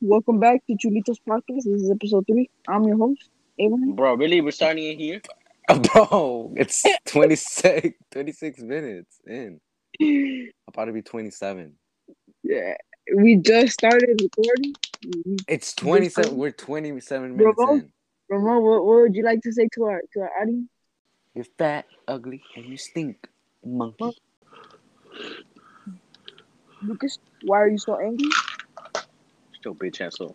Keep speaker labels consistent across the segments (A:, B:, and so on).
A: Welcome back to Chulitos Podcast. This is episode three. I'm your host, Abraham.
B: Bro, really? We're starting it here?
C: Oh, Bro, it's 26, 26 minutes in. About to be 27.
A: Yeah, we just started recording. We-
C: It's 27. We're 27
A: Bro,
C: minutes in.
A: Ramon, what, what would you like to say to our to our audience?
C: You're fat, ugly, and you stink, monkey.
A: Lucas, why are you so angry?
B: Still bitch asshole.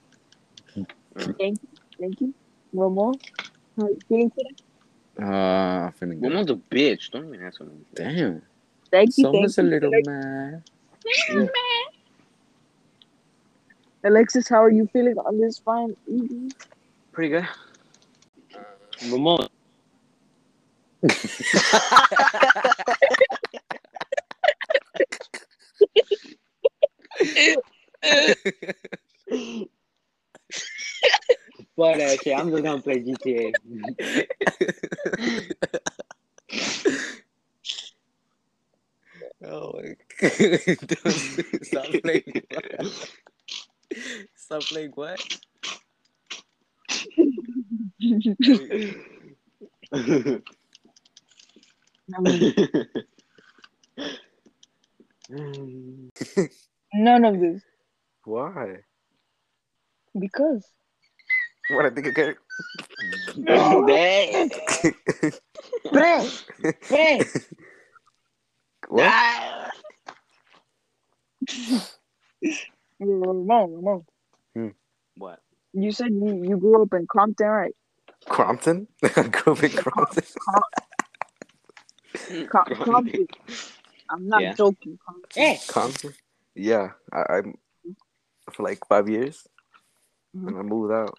A: Thank you, thank you. Ramon, how you feeling today?
C: Uh, I'm feeling good.
B: Woman's a bitch. Don't even ask me.
C: Damn.
A: Thank you,
C: Someone's a
A: thank you.
C: little
A: Alex-
C: mad.
A: Alexis, how are you feeling on this fine evening?
B: Pretty good. Ramon. But actually, I'm just gonna play GTA.
C: oh my god. Stop playing. Stop playing what?
A: I mean, none of this
C: Why?
A: because
C: What I think it could.
B: Damn.
C: What?
A: Ramon, Ramon,
B: What?
A: you said you, you grew up in Compton, right?
C: Crompton? Groovy Crompton.
A: Com-
B: Grumpy.
A: Compton. I'm not
B: Yeah.
A: joking. Compton.
B: Eh,
C: Compton? Yeah, I, I'm for like five years, and I moved out.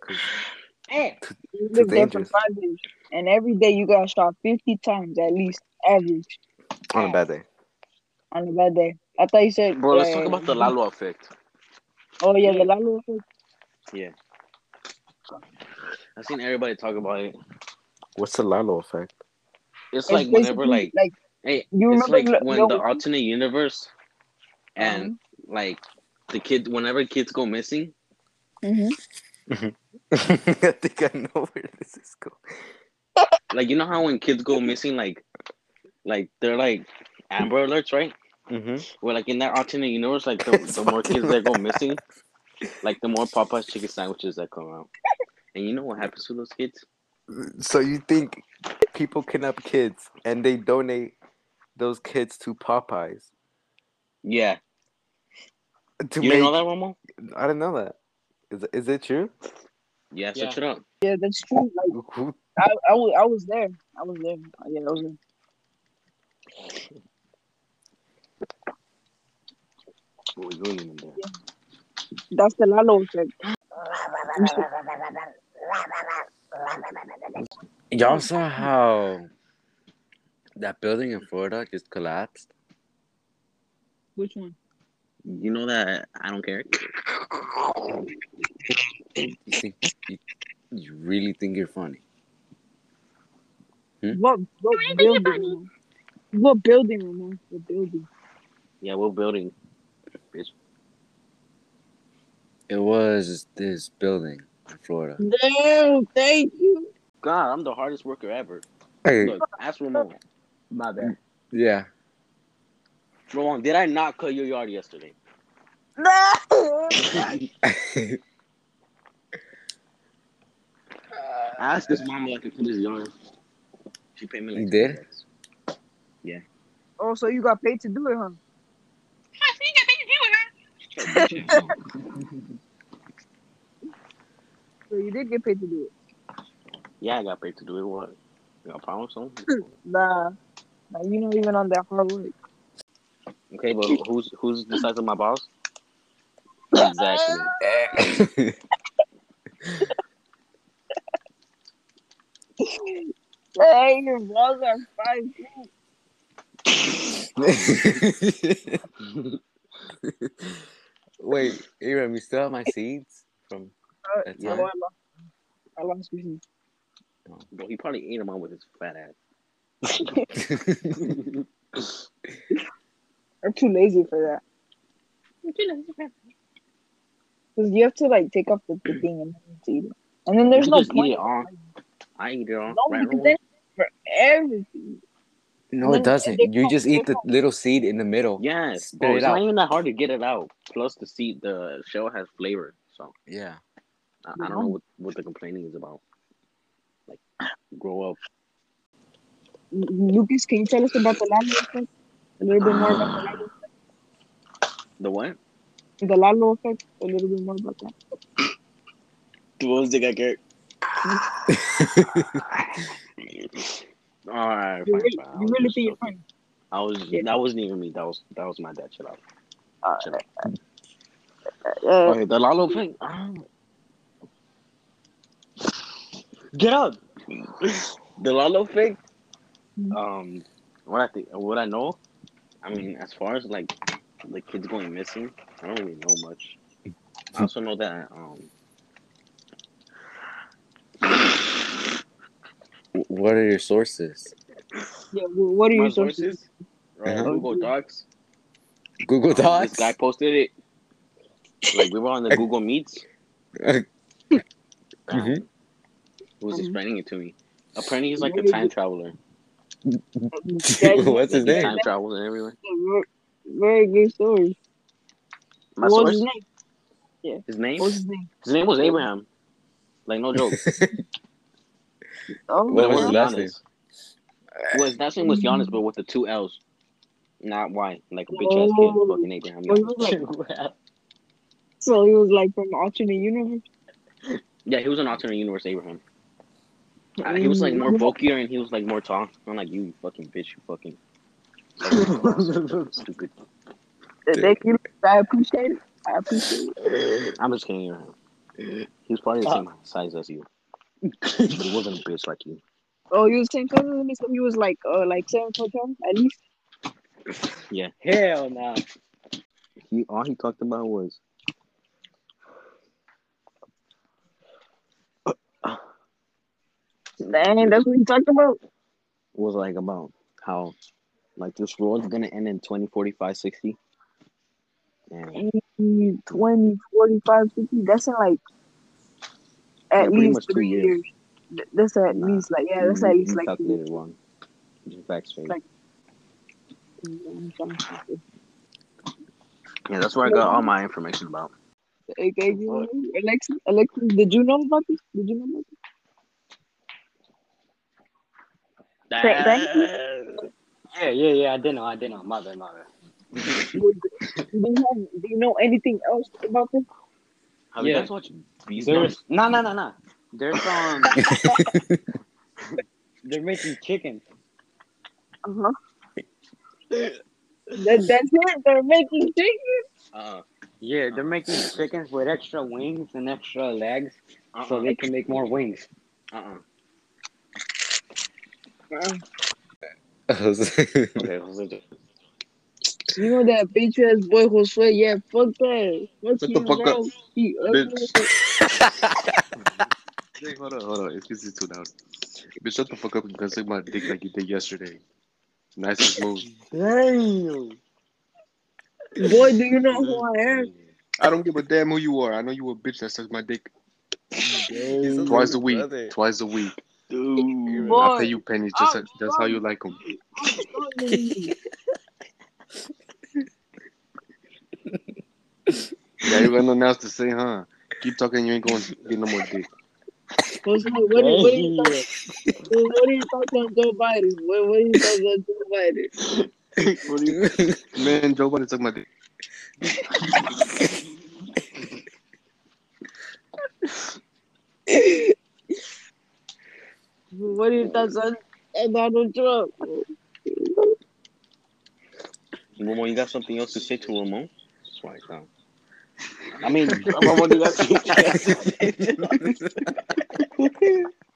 C: 'Cause-
B: eh.
A: You lived there for
C: dangerous.
A: five years, and every day you got shot 50 times at least, average,
C: on a bad day,
A: on a bad day. I thought you said.
B: Bro, let's
A: uh,
B: talk about the Lalo effect.
A: Oh, yeah, the Lalo effect.
B: I've seen everybody talk about it.
C: what's the Lalo effect?
B: It's
A: It's
B: like whenever,
A: basically,
B: like,
A: like
B: hey,
A: You
B: it's
A: remember
B: like
A: Lo-
B: when
A: Lo-
B: the alternate universe and
A: um,
B: like the kid, whenever kids go missing,
A: mhm.
C: I think I know where this is going.
B: like you know how when kids go missing, like, like they're like Amber Alerts, right?
C: Mm-hmm.
B: Where like in that alternate universe, like the, the more kids that go missing, like the more Popeye's chicken sandwiches that come out. And you know what happens to those kids?
C: So you think people kidnap kids and they donate those kids to Popeyes
B: Yeah,
C: to
B: you
C: make?
B: didn't know that, Romo?
C: I didn't know that. Is is it true?
B: Yeah,
D: Yeah.
B: search it up.
A: Yeah, that's true. Like,
C: Who-
A: I, I, was, I was there. I was there. Oh, Yeah, I was there.
B: What we doing in there?
A: That's the Lalo effect. You should-
C: Y'all saw how that building in Florida just collapsed?
A: Which one?
B: You know that I don't care.
C: You think you, you really think you're funny?
A: What, what building? Ramon? What building, Ramon? What building?
B: Yeah, we're building.
C: It was this building in Florida.
A: Damn, thank you.
B: God, I'm the hardest worker ever. Look, ask Ramon. My bad.
C: yeah.
B: Ramon, did I not cut your yard yesterday?
A: No!
B: I asked his mom if I could cut his yard. She paid me like
C: You
B: $10.
C: did?
A: Oh, so you got paid to do it, huh? So you did get paid to do it.
B: Yeah, I got paid to do it. What? You got a problem something?
A: Nah, nah you're not even on that hard work.
B: Okay, but who's who's the size of my boss? Exactly.
A: Hey, your balls are five.
C: Wait, Aram, you still have my seeds from?
A: Uh,
C: That's
A: no, I
C: all
A: lost. I lost my seat.
B: Bro, he probably ate him out with his fat ass.
A: I'm too lazy for that. Because you have to like take off the, the thing and then you have to eat it. And then there's
B: You
A: no
B: just eat
A: point.
B: it all. I eat it all.
A: No,
B: right,
A: because
B: Ramon?
A: then for everything.
C: No,
A: Then
C: it
A: it-
C: doesn't.
A: they
C: You
A: come-
C: just
A: they
C: eat the
A: come.
C: little seed in the middle.
B: Yes,
C: Spit
B: bro.
C: it
B: It's not
C: out.
B: even that hard to get it out. Plus, the seed, the shell has flavor, so
C: Yeah.
B: I, I don't know what, what the complaining is about. Like, grow up.
A: Lucas, can you tell us about the Lalo effect? A little bit more about the Lalo effect.
B: Ah. The what?
A: The Lalo effect. A little bit more about that.
B: The ones that got carrot. All right,
A: You
B: fine,
A: really,
B: fine. I
A: you
B: was
A: really
B: just
A: think you're
B: joking.
A: funny.
B: I was.
A: Yeah.
B: That wasn't even me. That was that was my dad. Chill out. Chill out.
A: Uh,
B: Okay, the Lalo thing. um, Get up. the Lalo thing.
A: Mhm.
B: Um, what I think, what I know. I mean, as far as like the kids going missing, I don't really know much. I also know that um,
C: W- What are your sources?
A: yeah, well, what are
B: my
A: your sources?
B: sources, right,
C: Uh-huh.
B: Google Docs.
C: Google
B: This
C: Docs.
B: guy posted it. Like we were on the Google Meets. Um,
C: Mhm.
B: He was
A: Mhm.
B: explaining it to me. Apparently, he's like a
A: Really?
B: time traveler.
A: That-
C: What's his
B: Like, he
C: name?
B: Time travels and everywhere.
A: Very- Very good story.
B: My
A: what was
B: source,
A: his name?
B: his name,
A: What was his name?
B: his name was Abraham. Like no joke.
A: Oh,
C: What was
A: wow.
C: his last name?
B: Well, his last name was Giannis, but with the two L's, not Y. Like a bitch ass kid,
A: Oh.
B: fucking Abraham.
A: Well, he was
B: Giannis.
A: So he was like from alternate universe.
B: yeah, he was an alternate universe Abraham. Uh, he was like more
A: Mm-hmm.
B: bulkier and he was like more tall. I'm like you, you fucking bitch, you fucking stupid.
A: Thank you. I appreciate it. I appreciate it.
B: I'm just kidding. Abraham. He was probably the
A: Uh,
B: same size as you, but he wasn't a bitch like you.
A: Oh, you was saying cousin to me, so he was like, uh, like seven foot ten at least.
B: Yeah. Hell no. He all he talked about was
A: Dang, that's what he talked about.
B: was like about how like this world's gonna end in 2045 60 and
A: 80, 20, 45, 50, That's in like
B: Yeah,
A: at
B: pretty much
A: least
B: two
A: three
B: years.
A: years. Th- That's at
B: Nah,
A: least like yeah, that's
B: you-
A: at least
B: you
A: like.
B: calculated wrong Just backstraight.
A: Like- Okay,
B: yeah that's where i got all my information about
A: you know, Alexis, Alexis, did you know about this? Did you know about this? Thank- thank
D: yeah, yeah, yeah. I did know. I did know. Mother, mother.
A: Would- Do you, have, do you know anything else about this?
B: have you
D: Yeah.
B: guys watched beast
D: There's no, no, no, no. There's um. they're making chicken.
A: Uh-huh. that, that's it. They're making chicken.
B: uh,
D: Yeah, they're making chickens with extra wings and extra legs, so
B: uh-uh,
D: they can make more wings.
B: uh-uh.
C: okay. Oh,
B: okay Jose, just-
A: You know that bitch ass boy Josue? Yeah, fuck that. Fuck
B: Shut
A: him,
B: the fuck
A: bro.
B: up.
A: He
B: Bitch. Hey, hold on, hold on. Excuse me too loud. Bitch, shut the fuck up and go suck my dick like you did yesterday. Nicest move.
D: Damn.
A: ugly. boy, do you know who I am?
E: I don't give a damn who you are. I know you a bitch that sucks my dick twice a week. Twice a week.
B: Dude.
A: Boy.
E: I pay you pennies. Just
A: Oh,
E: that's how you like them.
A: I'm calling you.
E: Yeah, you got nothing else to say, huh? Keep talking. You ain't going to get no more dick.
A: Josue, what, do- what do you thought? What do you thought on Joe Biden? What, what do you thought on Joe Biden?
E: Man, Joe Biden sucked my dick.
A: What do you thought on on Donald Trump?
B: Ramon, you got something else to say to Ramon? That's why I thought. I mean, Ramon, you got something else to say to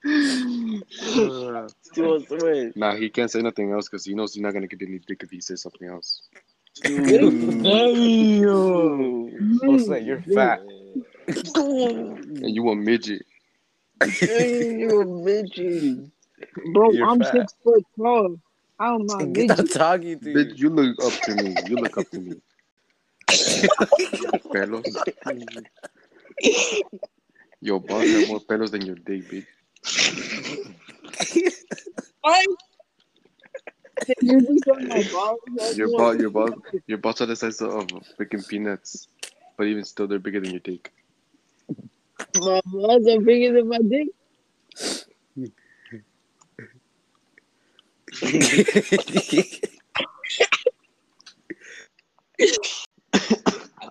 D: Uh,
B: Josue?
E: Nah, he can't say nothing else because he knows he's not gonna get any dick if he says something else.
D: Damn.
C: Jose, you're fat.
E: And you a midget.
A: Bro,
C: You're
A: I'm
C: fat.
A: six foot tall. I'm not
C: Get
A: midget.
C: the talking to
E: Bitch,
C: you.
E: you look up to me. You look up to me. Carlos. Your balls have more pelos than your dick, bitch.
A: What? Can you do something like balls? That's
E: Your
A: what-
E: ball, your ball, your balls are the size of freaking peanuts, but even still, they're bigger than your dick.
A: My balls are bigger than my dick.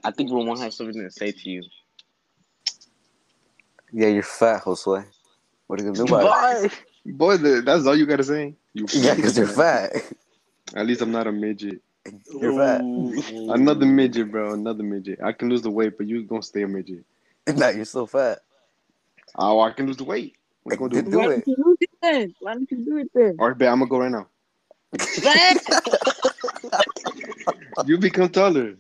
B: I think Ramon has something to say to you.
C: yeah, you're fat, Josue. What are you gonna do about it?
E: Boy, the, that's all you gotta say. You
C: Yeah, because you're fat.
E: At least I'm not a midget.
C: You're fat.
E: Another midget, bro. Another midget. I can lose the weight, but you gonna stay a midget.
C: No, you're still fat.
E: Oh, I can lose the weight. What you gonna
C: Then
E: do?
C: do
A: Why
C: it.
A: don't you do it then? Why don't you do it then?
E: All right, bet I'm gonna go right now.
A: Fat.
E: You become taller.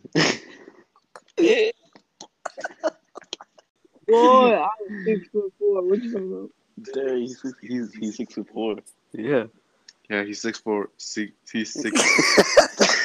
A: Boy, I'm six foot four. What you talking about?
B: There, he's, he's, he's six foot four.
C: Yeah.
E: Yeah, he's six four. Six, he's six.